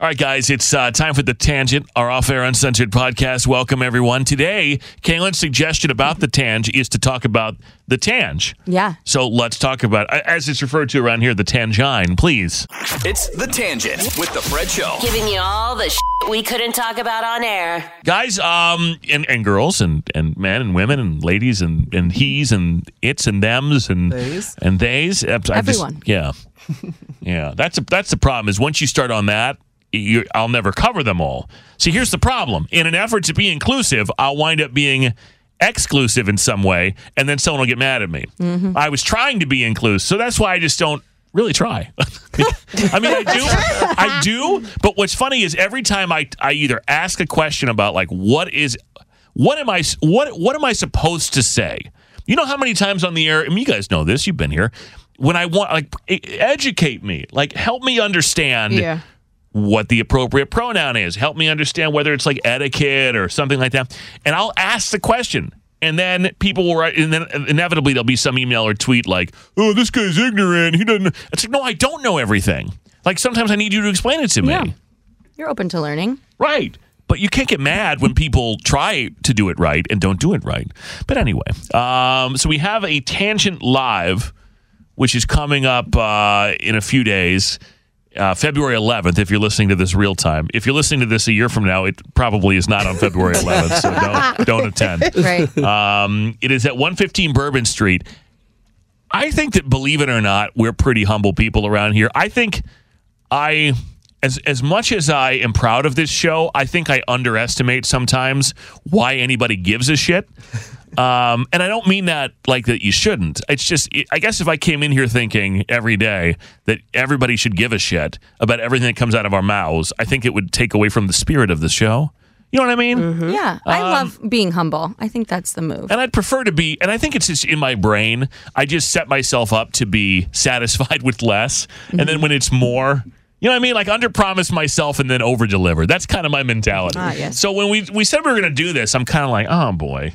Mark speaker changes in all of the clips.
Speaker 1: All right, guys, it's uh, time for the tangent, our off-air uncensored podcast. Welcome everyone. Today, Kaylin's suggestion about the tange is to talk about the tange.
Speaker 2: Yeah.
Speaker 1: So let's talk about, as it's referred to around here, the tangine, please.
Speaker 3: It's The Tangent with The Fred Show.
Speaker 4: Giving you all the sh- we couldn't talk about on air.
Speaker 1: Guys, um, and, and girls, and, and men, and women, and ladies, and, and he's, and it's, and them's, and
Speaker 2: Theys.
Speaker 1: and theys. I just-
Speaker 2: Everyone.
Speaker 1: yeah, yeah. That's a, that's the problem. Is once you start on that, you, I'll never cover them all. See, here's the problem. In an effort to be inclusive, I'll wind up being exclusive in some way, and then someone will get mad at me. I was trying to be inclusive, so that's why I just don't really try. I mean, I do, I do. But what's funny is every time I, I either ask a question about like what is, what am I, what what am I supposed to say? You know how many times on the air? I mean, you guys know this. You've been here. When I want, like, e- educate me, like, help me understand
Speaker 2: Yeah.
Speaker 1: what the appropriate pronoun is. Help me understand whether it's like etiquette or something like that. And I'll ask the question. And then people will write, and then inevitably there'll be some email or tweet like, oh, this guy's ignorant. He doesn't. know." It's like, no, I don't know everything. Like sometimes I need you to explain it to me.
Speaker 2: Yeah. You're open to learning.
Speaker 1: Right. But you can't get mad when people try to do it right and don't do it right. But anyway, um, so we have a tangent live, which is coming up uh, in a few days, uh, February 11th. If you're listening to this real time, if you're listening to this a year from now, it probably is not on February 11th. So don't don't attend.
Speaker 2: Right.
Speaker 1: Um, it is at 115 Bourbon Street. I think that believe it or not, we're pretty humble people around here. I think I as as much as I am proud of this show, I think I underestimate sometimes why anybody gives a shit. Um, and I don't mean that like that you shouldn't. It's just I guess if I came in here thinking every day that everybody should give a shit about everything that comes out of our mouths, I think it would take away from the spirit of the show. You know what I mean?
Speaker 2: Yeah. I
Speaker 5: Um,
Speaker 2: love being humble. I think that's the move.
Speaker 1: And I'd prefer to be, and I think it's just in my brain. I just set myself up to be satisfied with less. And
Speaker 2: Mm-hmm.
Speaker 1: then when it's more, you know what I mean? Like under promise myself and then over deliver. That's kind of my mentality.
Speaker 2: Ah, yes.
Speaker 1: So when we, we said we were going to do this, I'm kind of like, oh boy.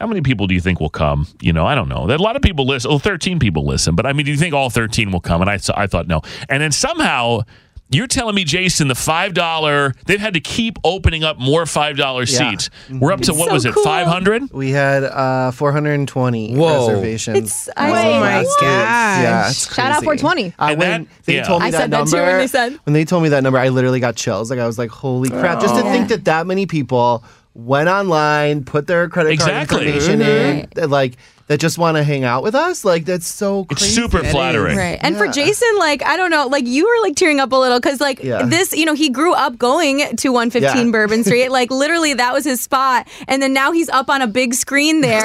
Speaker 1: How many people do you think will come? You know, I don't know. There- A lot of people listen. Well, 13 people listen, but I mean, do you think all 13 will come? And I, I thought no. And then somehow you're telling me, Jason, the $5, they've had to keep opening up more $5
Speaker 5: Yeah.
Speaker 1: seats. We're up to, what
Speaker 2: Mm-hmm. so
Speaker 1: was it,
Speaker 2: cool.
Speaker 1: 500?
Speaker 5: We had uh, 420
Speaker 3: Whoa.
Speaker 5: reservations.
Speaker 2: It's- I- Oh Wait,
Speaker 5: over the last
Speaker 2: what?
Speaker 5: two weeks. Yeah, it's
Speaker 6: Shout out
Speaker 5: crazy.
Speaker 6: 420.
Speaker 5: Uh,
Speaker 1: And
Speaker 5: when
Speaker 1: that-
Speaker 5: they
Speaker 1: yeah.
Speaker 5: told me
Speaker 2: I
Speaker 5: that
Speaker 2: said that
Speaker 5: number,
Speaker 2: too when they said-
Speaker 5: when they told me that number, I literally got chills. Like I was like, "Holy crap!" Just to think that that many people went online, put their credit
Speaker 1: Exactly.
Speaker 5: card information in, that, like that just want to hang out with us. Like that's so.
Speaker 1: It's
Speaker 5: Crazy.
Speaker 1: super
Speaker 5: It is.
Speaker 1: flattering.
Speaker 2: Right. And for
Speaker 5: Yeah.
Speaker 2: Jason, like, I don't know, like, you were like tearing up a little because, like,
Speaker 5: Yeah.
Speaker 2: this, you know, he grew up going to 115
Speaker 5: Yeah.
Speaker 2: Bourbon Street. Like, literally, that was his spot. And then now he's up on a big screen there,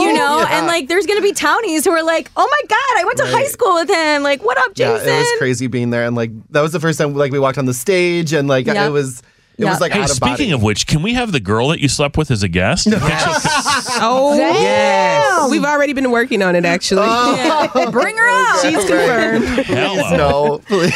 Speaker 2: you know?
Speaker 5: Yeah.
Speaker 2: And, like, there's going to be townies who are like, oh my God, I went to high school with him. Like, what up,
Speaker 5: Yeah,
Speaker 2: Jason?
Speaker 5: it was crazy being there, and like that was the first time like we walked on the stage, and like
Speaker 2: Yeah.
Speaker 5: it was.
Speaker 2: It was like
Speaker 1: hey,
Speaker 2: out of
Speaker 1: speaking
Speaker 2: body.
Speaker 1: of which, can we have the girl that you slept with as a guest?
Speaker 7: Oh, yes. We've already been working on it, actually.
Speaker 2: Oh.
Speaker 8: Bring her up.
Speaker 7: She's confirmed.
Speaker 1: Hello.
Speaker 2: No, please.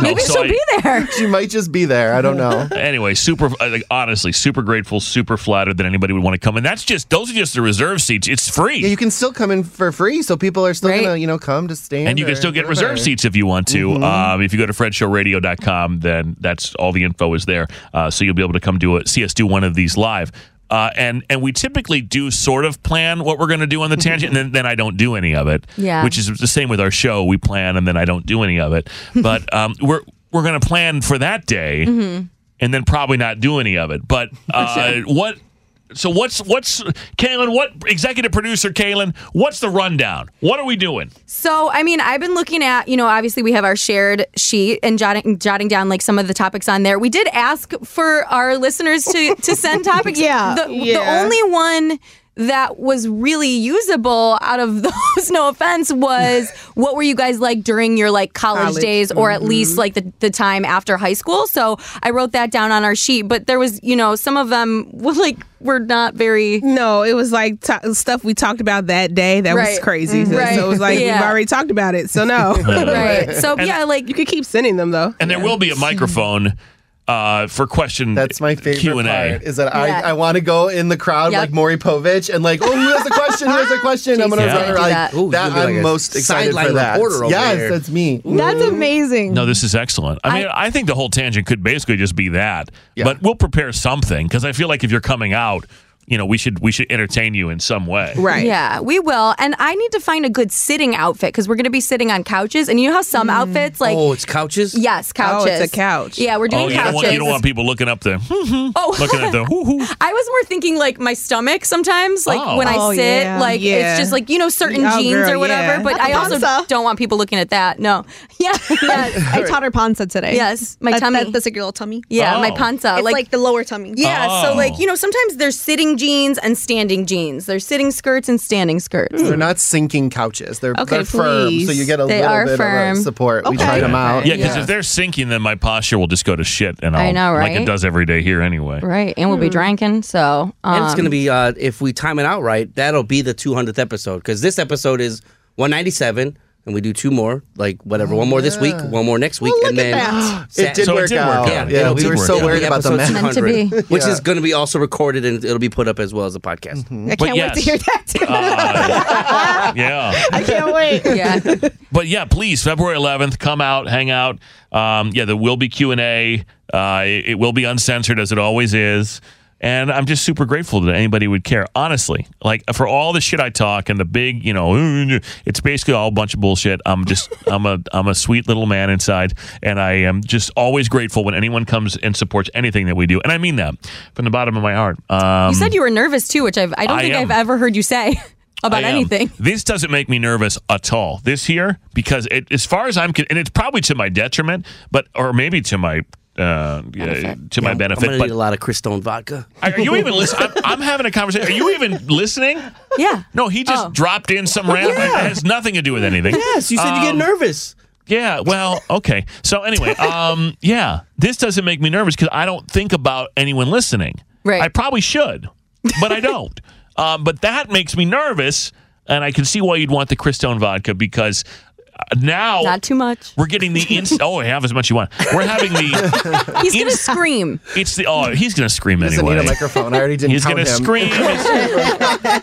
Speaker 1: Maybe so she'll I- be
Speaker 8: there.
Speaker 2: She might just be there. I don't know.
Speaker 1: anyway, super uh, like honestly, super grateful, super flattered that anybody would want to come. And that's just those are just the reserve seats. It's free.
Speaker 2: Yeah, you can still come in for free, so people are still gonna, you know, come to stand.
Speaker 1: and you can
Speaker 2: or
Speaker 1: still get
Speaker 2: whatever.
Speaker 1: reserve seats if you want to. Um, if you go to fredshowradio.com, then that's all the info is there. Uh, so you'll be able to come do a, see us do one of these live. Uh, and and we typically do sort of plan what we're going to do on the tangent, and then, then I don't do any of it.
Speaker 4: Yeah.
Speaker 1: which is the same with our show. We plan, and then I don't do any of it. But um, we're we're going to plan for that day,
Speaker 4: Mhm.
Speaker 1: and then probably not do any of it. But uh, what? So what's what's Kaylin? What executive producer Kaylin? What's the rundown? What are we doing?
Speaker 8: So, I mean, I've been looking at, you know, obviously we have our shared sheet and jotting, jotting down like some of the topics on there. We did ask for our listeners to, to send topics.
Speaker 7: Yeah.
Speaker 8: The, the
Speaker 7: Yeah.
Speaker 8: only one that was really usable out of those, no offense, was what were you guys like during your like college,
Speaker 7: College, Mm-hmm.
Speaker 8: days or at least like the, the time after high school? So I wrote that down on our sheet, but there was, you know, some of them were like, were not very.
Speaker 7: No, it was like to- stuff we talked about that day that was
Speaker 8: Right.
Speaker 7: crazy. So,
Speaker 8: Right.
Speaker 7: so it was like
Speaker 8: Yeah.
Speaker 7: we've already talked about it. So no.
Speaker 8: Right. So, And- yeah, like
Speaker 7: you could keep sending them though.
Speaker 1: And there will be a microphone uh, for question. That's my favorite Q and
Speaker 2: part
Speaker 1: A.
Speaker 2: is that
Speaker 8: Yeah.
Speaker 2: I, I want to go in the crowd
Speaker 8: Yep.
Speaker 2: like Maury Povich and like, oh, who has a question? Who has a question? I'm gonna
Speaker 1: Jason's gonna
Speaker 2: run around.
Speaker 1: do
Speaker 2: Like,
Speaker 1: that. Ooh,
Speaker 2: that
Speaker 1: you'll be
Speaker 2: I'm
Speaker 1: like a
Speaker 2: most excited for
Speaker 1: sideline
Speaker 2: that.
Speaker 1: reporter over
Speaker 2: yes,
Speaker 1: there.
Speaker 2: that's me.
Speaker 7: That's
Speaker 8: mm-hmm.
Speaker 7: amazing.
Speaker 1: No, this is excellent. I mean, I, think the whole tangent could basically just be that. But we'll prepare something because I feel like if you're coming out, you know, we should we should entertain you in some way.
Speaker 8: Yeah, we will. And I need to find a good sitting outfit because we're going to be sitting on couches. And you know how some outfits, like,
Speaker 4: oh, it's couches?
Speaker 8: yes, couches.
Speaker 4: Oh, it's a couch.
Speaker 8: Yeah, we're doing
Speaker 1: oh, you
Speaker 8: couches.
Speaker 1: don't, want, you don't want people looking up there.
Speaker 8: Oh.
Speaker 1: looking at the.
Speaker 8: I was more thinking like my stomach sometimes, like
Speaker 1: Oh.
Speaker 8: when I
Speaker 7: Oh,
Speaker 8: sit,
Speaker 7: yeah.
Speaker 8: like
Speaker 7: Yeah.
Speaker 8: it's just like you know certain
Speaker 7: Oh,
Speaker 8: jeans
Speaker 7: girl,
Speaker 8: or whatever.
Speaker 7: yeah.
Speaker 8: But
Speaker 7: Not
Speaker 8: I
Speaker 7: the
Speaker 8: also don't want people looking at that. No, yeah, yes.
Speaker 9: I taught her panza today.
Speaker 8: Yes, my
Speaker 9: That-
Speaker 8: tummy.
Speaker 9: That, that's a girl tummy.
Speaker 8: Yeah, my Oh. panza,
Speaker 9: It's
Speaker 8: like-
Speaker 9: like, the lower tummy.
Speaker 8: Yeah, so
Speaker 2: Oh.
Speaker 8: like you know, sometimes there's sitting jeans and standing jeans. There's sitting skirts and standing skirts.
Speaker 2: They're not sinking couches. They're,
Speaker 8: Okay,
Speaker 2: they're firm, so you get a
Speaker 8: please. They are
Speaker 2: little bit
Speaker 8: firm.
Speaker 2: of a support. We
Speaker 8: Okay.
Speaker 2: tried them out.
Speaker 1: Yeah, because if they're sinking, then my posture will just go to shit, and I'll,
Speaker 8: I know,
Speaker 1: Like
Speaker 8: right?
Speaker 1: it does every day here anyway.
Speaker 8: Right, and we'll be drinking. So um,
Speaker 4: and it's going to be, uh, if we time it out right, that'll be the 200th episode because this episode is 197. And we do two more, like whatever, one more this week, one more next week, and then
Speaker 2: It did
Speaker 4: So
Speaker 2: work out.
Speaker 4: Yeah,
Speaker 2: Yeah,
Speaker 4: it'll
Speaker 2: we
Speaker 4: be-
Speaker 2: were so
Speaker 4: it'll
Speaker 2: worried
Speaker 4: be
Speaker 2: about the
Speaker 4: episode
Speaker 2: math. Meant to
Speaker 4: 200,
Speaker 2: be.
Speaker 4: which
Speaker 2: Yeah.
Speaker 4: is going to be also recorded and it'll be put up as well as a podcast.
Speaker 9: I
Speaker 1: But
Speaker 9: can't wait to
Speaker 1: yes.
Speaker 9: hear that.
Speaker 1: Yeah.
Speaker 9: I can't wait.
Speaker 8: Yeah.
Speaker 1: but yeah, please, February 11th, come out, hang out. Um, yeah, there will be Q and A. Uh, it, it will be uncensored as it always is. And I'm just super grateful that anybody would care. Honestly, like for all the shit I talk and the big, you know, it's basically all a bunch of bullshit. I'm just, I'm a, I'm a sweet little man inside, and I am just always grateful when anyone comes and supports anything that we do, and I mean that from the bottom of my heart. Um,
Speaker 8: you said you were nervous too, which I've, I don't
Speaker 1: I
Speaker 8: think
Speaker 1: am.
Speaker 8: I've ever heard you say about
Speaker 1: I am.
Speaker 8: anything.
Speaker 1: This doesn't make me nervous at all. This here, because it, as far as I'm, con- and it's probably to my detriment, but or maybe to my uh, yeah, to my benefit.
Speaker 4: I'm gonna
Speaker 1: but
Speaker 4: need a lot of Cristone vodka.
Speaker 1: are you even listening? I'm, I'm having a conversation. Are you even listening?
Speaker 8: Yeah.
Speaker 1: No, he
Speaker 8: Oh.
Speaker 1: just dropped in some random. It has nothing to do with anything.
Speaker 4: Yes, you said you get
Speaker 1: Um,
Speaker 4: nervous.
Speaker 1: Yeah. Well, okay. So anyway, um, yeah, this doesn't make me nervous because I don't think about anyone listening.
Speaker 8: Right.
Speaker 1: I probably should, but I don't. um, but that makes me nervous, and I can see why you'd want the Cristone vodka because uh, now
Speaker 8: Not too much.
Speaker 1: we're getting the inst- oh, have as much you want. We're having the
Speaker 8: He's gonna
Speaker 1: inst-
Speaker 8: scream.
Speaker 1: It's the oh, he's gonna scream
Speaker 2: He doesn't
Speaker 1: anyway.
Speaker 2: need a microphone. I already didn't
Speaker 1: He's
Speaker 2: count
Speaker 1: gonna
Speaker 2: him.
Speaker 1: scream.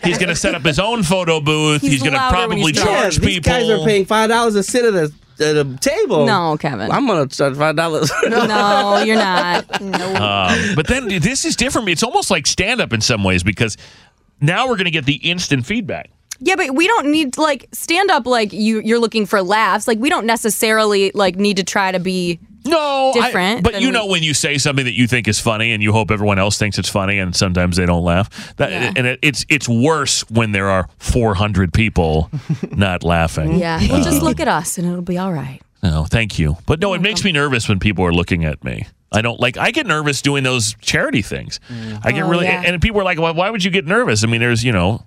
Speaker 1: He's gonna set up his own photo booth. He's,
Speaker 8: He's
Speaker 1: gonna
Speaker 8: louder when
Speaker 1: probably
Speaker 8: he's drunk.
Speaker 1: charge
Speaker 4: Yeah, these
Speaker 1: people.
Speaker 4: guys are paying five dollars to sit at a, at a table.
Speaker 8: No, Kevin.
Speaker 4: I'm gonna charge five dollars.
Speaker 8: No, you're not. No.
Speaker 1: Um, but then this is different. It's almost like stand up in some ways because now we're going to get the instant feedback.
Speaker 8: Yeah, but we don't need like stand up like you you're looking for laughs. Like we don't necessarily like need to try to be
Speaker 1: No, I-
Speaker 8: different.
Speaker 1: but
Speaker 8: than
Speaker 1: you
Speaker 8: we-
Speaker 1: know when you say something that you think is funny and you hope everyone else thinks it's funny, and sometimes they don't laugh. That and it, it's it's worse when there are 400 people not laughing.
Speaker 8: Yeah. Well, just
Speaker 1: Uh,
Speaker 8: look at us and it'll be all right.
Speaker 1: No, Oh, thank you. But no, it makes me nervous when people are looking at me. I don't like. I get nervous doing those charity things. I get
Speaker 8: Oh,
Speaker 1: really,
Speaker 8: yeah.
Speaker 1: and people are like, well, "Why would you get nervous?" I mean, there's you know,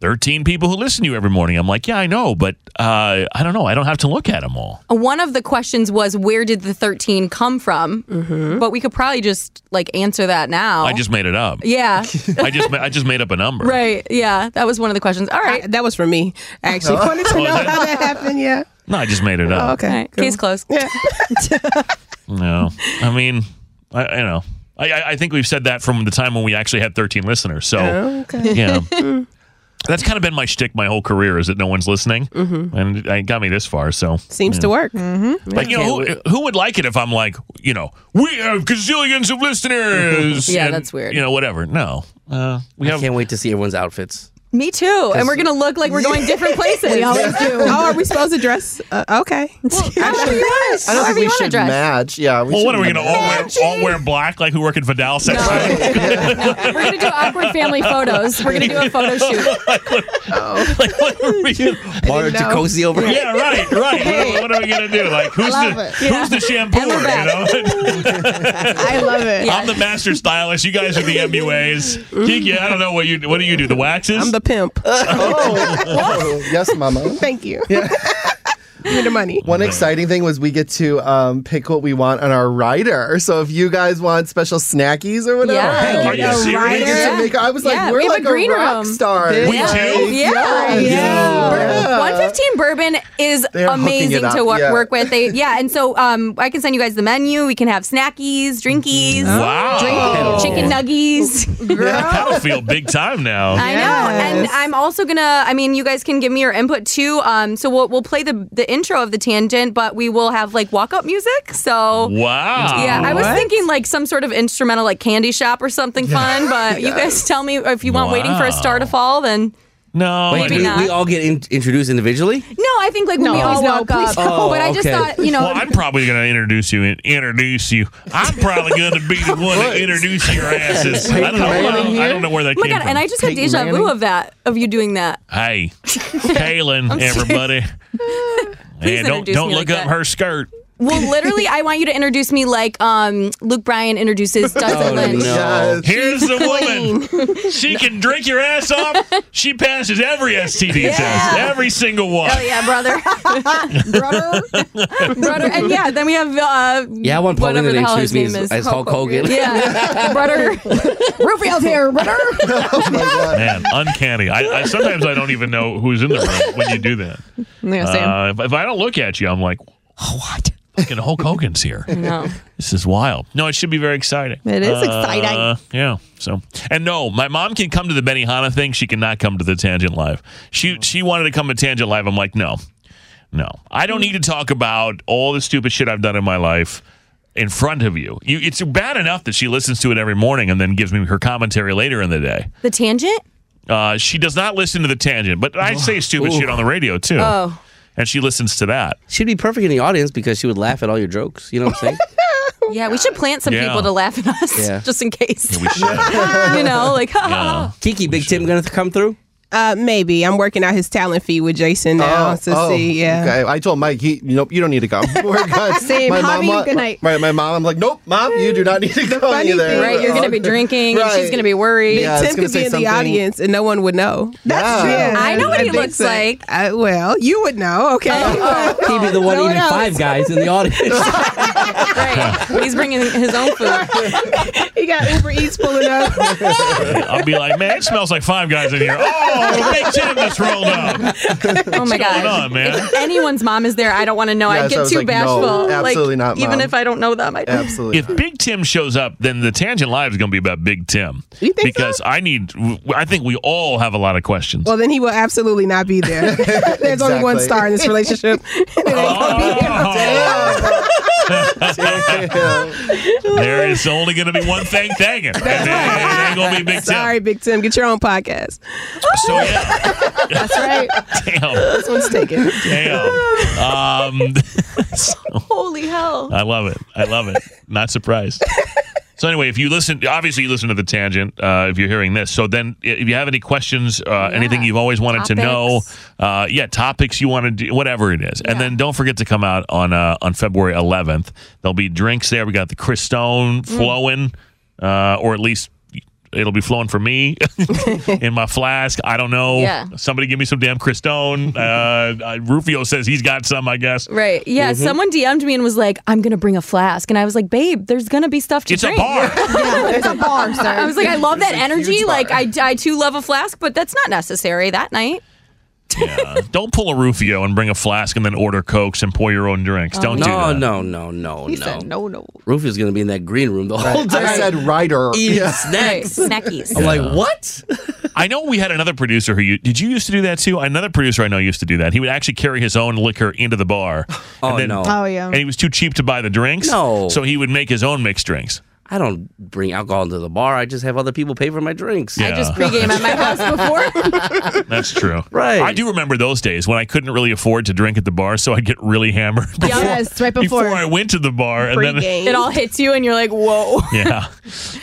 Speaker 1: 13 people who listen to you every morning. I'm like, yeah, I know, but uh, I don't know. I don't have to look at them all.
Speaker 8: One of the questions was where did the 13 come from? But we could probably just like answer that now.
Speaker 1: I just made it up.
Speaker 8: yeah.
Speaker 1: I just ma- I just made up a number.
Speaker 8: right. Yeah. That was one of the questions. All right.
Speaker 7: that was for me. I actually
Speaker 1: Oh.
Speaker 7: wanted to
Speaker 1: Oh,
Speaker 7: know
Speaker 1: is it?
Speaker 7: how that happened. Yeah.
Speaker 1: No, I just
Speaker 8: Oh,
Speaker 1: made it up.
Speaker 7: okay.
Speaker 8: Case closed. Yeah.
Speaker 1: No, I mean, I, I know. I- I, I think we've said that from the time when we actually had 13 listeners. So,
Speaker 7: Oh, okay.
Speaker 1: yeah. That's kind of been my shtick my whole career is that no one's listening,
Speaker 7: Mhm.
Speaker 1: and it got me this far. So
Speaker 7: Seems
Speaker 1: yeah.
Speaker 7: to work. Mm-hmm.
Speaker 1: Like you know, who, who would like it if I'm like, you know, we have gazillions of listeners.
Speaker 8: Yeah,
Speaker 1: and,
Speaker 8: that's weird.
Speaker 1: You know, whatever. No, uh, we have, can't wait to see everyone's outfits.
Speaker 8: Me too. And we're going to look like we're going different places.
Speaker 7: We always do. Oh, are we supposed to dress? Uh, okay.
Speaker 2: I don't
Speaker 8: However
Speaker 2: think
Speaker 8: you
Speaker 2: we
Speaker 8: wanna
Speaker 2: should
Speaker 8: dress.
Speaker 2: match. Yeah.
Speaker 1: well, what are we going to all wear? All wear black like we work at Vidal Sex?
Speaker 8: We're going to do awkward family photos. We're going to do a photo shoot.
Speaker 1: like what are we
Speaker 4: Mario
Speaker 1: know.
Speaker 4: Jacozzi over here.
Speaker 1: Yeah, right, right. What, what are we gonna do? Like who's
Speaker 7: Love
Speaker 1: the
Speaker 7: it.
Speaker 1: who's
Speaker 7: Yeah.
Speaker 1: the shampooer? You
Speaker 7: And we're
Speaker 1: know,
Speaker 7: I love it.
Speaker 1: I'm the master stylist. You guys are the MUAs. Kiki, I don't know what you what do you do? The waxes?
Speaker 7: I'm the pimp.
Speaker 2: Oh, yes, Mama.
Speaker 7: Thank you. Give me the money.
Speaker 2: One exciting thing was we get to um, pick what we want on our rider. So if you guys want special snackies or whatever,
Speaker 8: Yeah. Hey, are you
Speaker 2: Yeah.
Speaker 8: serious?
Speaker 2: We get to make- I was like,
Speaker 8: Yeah,
Speaker 2: we're
Speaker 8: we have
Speaker 2: like
Speaker 8: a green room.
Speaker 2: rock star.
Speaker 8: We Yeah.
Speaker 2: Like,
Speaker 8: Yeah.
Speaker 2: yes.
Speaker 8: Bur- 115 bourbon is
Speaker 2: They're hooking it
Speaker 8: amazing
Speaker 2: up,
Speaker 8: to wor-
Speaker 2: yeah.
Speaker 8: work with. They, yeah, and so um, I can send you guys the menu. We can have snackies, drinkies,
Speaker 1: Wow. Drinkies.
Speaker 8: chicken nuggies.
Speaker 1: Battlefield big time now.
Speaker 8: I know, and I'm also gonna. I mean, you guys can give me your input too. Um, so we'll we'll play the the intro of the tangent, but we will have like walk up music. So
Speaker 1: Wow.
Speaker 8: yeah, I was
Speaker 1: What?
Speaker 8: thinking like some sort of instrumental, like Candy Shop or something fun. But you guys tell me if you want waiting for a star to fall, then.
Speaker 1: No,
Speaker 8: Maybe
Speaker 4: we,
Speaker 8: not.
Speaker 4: we all get in- introduced individually.
Speaker 8: No, I think like when
Speaker 4: No.
Speaker 8: we all
Speaker 4: Please no,
Speaker 8: walk
Speaker 4: please
Speaker 8: up.
Speaker 4: no.
Speaker 8: But I just
Speaker 4: Oh, Okay.
Speaker 8: thought, you know,
Speaker 1: well, I'm probably going to introduce you. Introduce you. I'm probably going to be the one to introduce your asses. I don't know. I don't, I don't know where that
Speaker 8: oh my
Speaker 1: came
Speaker 8: god,
Speaker 1: from.
Speaker 8: and I just got deja vu of that, of you doing that.
Speaker 1: Hey, Kaylin,
Speaker 8: I'm serious.
Speaker 1: everybody. and don't
Speaker 8: introduce
Speaker 1: don't
Speaker 8: me
Speaker 1: look
Speaker 8: like
Speaker 1: up
Speaker 8: that.
Speaker 1: her skirt.
Speaker 8: Well, literally, I want you to introduce me like um, Luke Bryan introduces
Speaker 4: Oh,
Speaker 8: Dustin Lynch.
Speaker 1: Here's the woman. She can drink your ass off. She passes every STD test, every single one.
Speaker 8: Oh yeah, brother, brother, brother, and yeah. Then we have uh,
Speaker 4: Yeah, I want Paulina
Speaker 8: whatever
Speaker 4: to
Speaker 8: the hell his
Speaker 4: introduce me
Speaker 8: name
Speaker 4: as-
Speaker 8: is.
Speaker 4: as Hulk Hogan.
Speaker 8: Yeah, brother, Rufio's here, brother.
Speaker 1: Man, uncanny. I, I sometimes I don't even know who's in the room when you do that.
Speaker 7: Yeah, same.
Speaker 1: Uh, if, if I don't look at you, I'm like, oh, what? Fucking Hulk Hogan's here.
Speaker 7: No.
Speaker 1: This is wild. No, it should be very exciting. Uh,
Speaker 7: It is exciting.
Speaker 1: Yeah. So, and no, my mom can come to the Benihana thing. She cannot come to the Tangent Live. She she wanted to come to Tangent Live. I'm like, no, no. I don't need to talk about all the stupid shit I've done in my life in front of you. you it's bad enough that she listens to it every morning and then gives me her commentary later in the day.
Speaker 8: The tangent.
Speaker 1: Uh, she does not listen to the Tangent, but I say stupid
Speaker 4: Ooh.
Speaker 1: shit on the radio too.
Speaker 8: Oh.
Speaker 1: And she listens to that.
Speaker 4: She'd be perfect in the audience because she would laugh at all your jokes. You know what I'm saying?
Speaker 8: Yeah, we should plant some
Speaker 4: Yeah.
Speaker 8: people to laugh at us
Speaker 4: Yeah.
Speaker 8: just in case.
Speaker 4: we
Speaker 7: should.
Speaker 8: you know, like, ha, ha, ha.
Speaker 4: Kiki, Big Tim gonna come through?
Speaker 7: Uh, maybe I'm working out his talent fee with Jason now to
Speaker 2: oh,
Speaker 7: see. Yeah.
Speaker 2: Okay. I told Mike, he, you know, you don't need to come. We're good.
Speaker 7: Same.
Speaker 2: My
Speaker 7: Javi,
Speaker 2: mom, wa-
Speaker 7: good night.
Speaker 2: Right. My mom. I'm like, nope, mom, you do not need to come
Speaker 7: funny
Speaker 2: either.
Speaker 7: thing-
Speaker 8: Right, you're gonna be drinking, and she's gonna be worried. Yeah, I was
Speaker 7: Tim
Speaker 8: gonna
Speaker 7: could
Speaker 8: say
Speaker 7: be in
Speaker 8: something-
Speaker 7: the audience and no one would know.
Speaker 2: That's
Speaker 8: true. I know what he
Speaker 7: think
Speaker 8: looks like. Oh,
Speaker 7: I, well, you would know. Okay.
Speaker 4: He'd be the one
Speaker 7: No one
Speaker 4: eating
Speaker 7: else.
Speaker 4: five guys in the audience.
Speaker 8: He's bringing his own food.
Speaker 7: he got Uber Eats pulling up.
Speaker 1: I'll be like, man, it smells like five guys in here. Oh, Big Tim just rolled up.
Speaker 8: Oh my
Speaker 1: What's
Speaker 8: god!
Speaker 1: going on, man?
Speaker 8: If anyone's mom is there, I don't want to know.
Speaker 2: Yes,
Speaker 8: I
Speaker 2: I
Speaker 8: get
Speaker 2: was
Speaker 8: too
Speaker 2: like, no,
Speaker 8: bashful. Like,
Speaker 2: absolutely not,
Speaker 8: Even
Speaker 2: Mom.
Speaker 8: if I don't know them, I
Speaker 2: Absolutely.
Speaker 1: If Big Tim shows up, then the Tangent Live is going to be about Big Tim.
Speaker 7: You think
Speaker 1: because I need, I think we all have a lot of questions.
Speaker 7: Well, then he will absolutely not be there. There's only one
Speaker 1: Exactly.
Speaker 7: star in this relationship.
Speaker 1: Oh. there is only going to be one thing thanking. And it ain't going to be Big Tim.
Speaker 7: Sorry, Big Tim. Get your own podcast.
Speaker 1: So, yeah.
Speaker 7: That's right.
Speaker 1: Damn.
Speaker 7: This one's taken.
Speaker 1: Damn. Um, so-
Speaker 8: Holy hell!
Speaker 1: I love it. I love it. Not surprised. So anyway, if you listen, obviously you listen to the tangent. Uh, if you're hearing this, so then i- if you have any questions, uh, anything you've always wanted to know, uh, yeah, topics you want to do, whatever it is, and then don't forget to come out on uh, on February 11th. There'll be drinks there. We got the Chris Stone flowing, uh, or at least It'll be flowing for me in my flask. I don't know.
Speaker 8: Yeah.
Speaker 1: Somebody give me some damn Cristone. Uh, uh, Rufio says he's got some, I guess.
Speaker 8: Right. Yeah.
Speaker 2: Mm-hmm.
Speaker 1: Mhm.
Speaker 8: Someone DM'd me and was like, I'm going to bring a flask. And I was like, babe, there's going to be stuff to
Speaker 1: It's a
Speaker 8: drink.
Speaker 1: bar.
Speaker 8: yeah,
Speaker 9: there's a bar, sir.
Speaker 8: I was like, I love
Speaker 9: There's
Speaker 8: that
Speaker 9: a huge
Speaker 8: energy.
Speaker 9: bar.
Speaker 8: Like, I, I too love a flask, but that's not necessary that night.
Speaker 1: Yeah. Uh, don't pull a Rufio and bring a flask and then order Cokes and pour your own drinks.
Speaker 4: Oh,
Speaker 1: don't
Speaker 4: no,
Speaker 1: do that.
Speaker 4: no, no, no,
Speaker 8: He said no, no.
Speaker 4: Rufio's gonna be in that green room the whole
Speaker 2: I
Speaker 4: time.
Speaker 2: said writer.
Speaker 4: Eating
Speaker 2: Yeah.
Speaker 4: snacks.
Speaker 8: Snackies.
Speaker 4: I'm like, what?
Speaker 1: I know we had another producer who you did you used to do that too? Another producer I know used to do that. He would actually carry his own liquor into the bar.
Speaker 4: Oh, no. Oh, yeah.
Speaker 1: And he was too cheap to buy the drinks.
Speaker 4: No.
Speaker 1: So he would make his own mixed drinks.
Speaker 4: I don't bring alcohol into the bar. I just have other people pay for my drinks.
Speaker 1: I Yeah. just
Speaker 8: Pregame at my house before.
Speaker 1: That's true.
Speaker 4: Right.
Speaker 1: I do remember those days when I couldn't really afford to drink at the bar, so I'd get really hammered
Speaker 8: yes, right
Speaker 1: before, I went to the bar and then
Speaker 8: It all hits you and you're like, whoa.
Speaker 1: Yeah.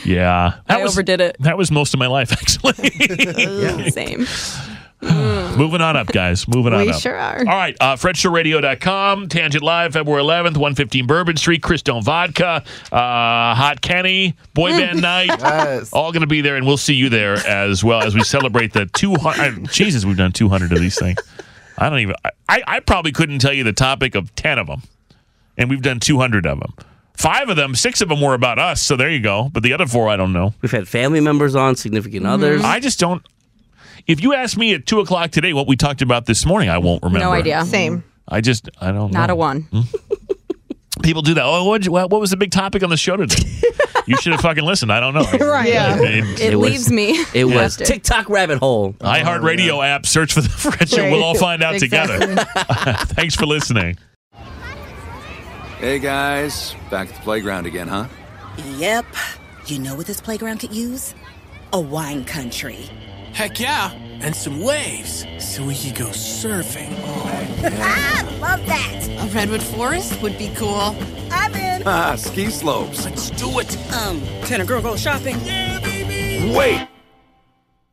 Speaker 1: Yeah.
Speaker 8: I overdid it.
Speaker 1: That was most of my life actually.
Speaker 8: Same.
Speaker 1: Moving on up, guys. Moving on
Speaker 8: We
Speaker 1: up.
Speaker 8: sure are.
Speaker 1: All right. Uh, FredShowRadio.com, Tangent Live, February 11th, 115 Bourbon Street, Crystone Vodka, uh, Hot Kenny, Boy
Speaker 8: Mm.
Speaker 1: Band Night. All going to be there, and we'll see you there as well as we celebrate the 200. Jesus, we've done 200 of these things. I don't even, I, I probably couldn't tell you the topic of 10 of them, and we've done 200 of them. Five of them, six of them were about us, so there you go. But the other four, I don't know.
Speaker 4: We've had family members on, significant
Speaker 8: Mm-hmm.
Speaker 4: others.
Speaker 1: I just don't. If you ask me at two o'clock today what we talked about this morning, I won't remember.
Speaker 8: No idea. Same.
Speaker 1: I just I don't.
Speaker 8: Not
Speaker 1: know. Hmm?
Speaker 8: a one.
Speaker 1: People do that. Oh, what'd you- what, what was the big topic on the show today? you should have fucking listened. I don't know.
Speaker 8: Right. Yeah.
Speaker 1: It,
Speaker 8: It leaves me.
Speaker 4: It
Speaker 1: Yeah.
Speaker 4: was TikTok rabbit hole.
Speaker 1: iHeartRadio app. Search for the Fred Show. We'll all find out together. Thanks for listening.
Speaker 10: Hey guys, back at the playground again, huh?
Speaker 11: Yep. You know what this playground could use? A wine country.
Speaker 12: Heck yeah. And some waves so we could go surfing.
Speaker 13: Ah, love that.
Speaker 6: A redwood forest would be cool.
Speaker 13: I'm in.
Speaker 10: Ah, ski slopes.
Speaker 12: Let's do it.
Speaker 11: Um, can a girl go shopping?
Speaker 10: Wait!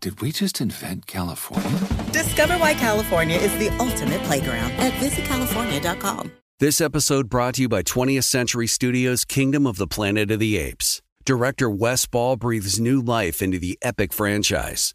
Speaker 10: Did we just invent California?
Speaker 11: Discover why California is the ultimate playground at visitcalifornia.com.
Speaker 14: This episode brought to you by 20th Century Studios' Kingdom of the Planet of the Apes. Director Wes Ball breathes new life into the epic franchise.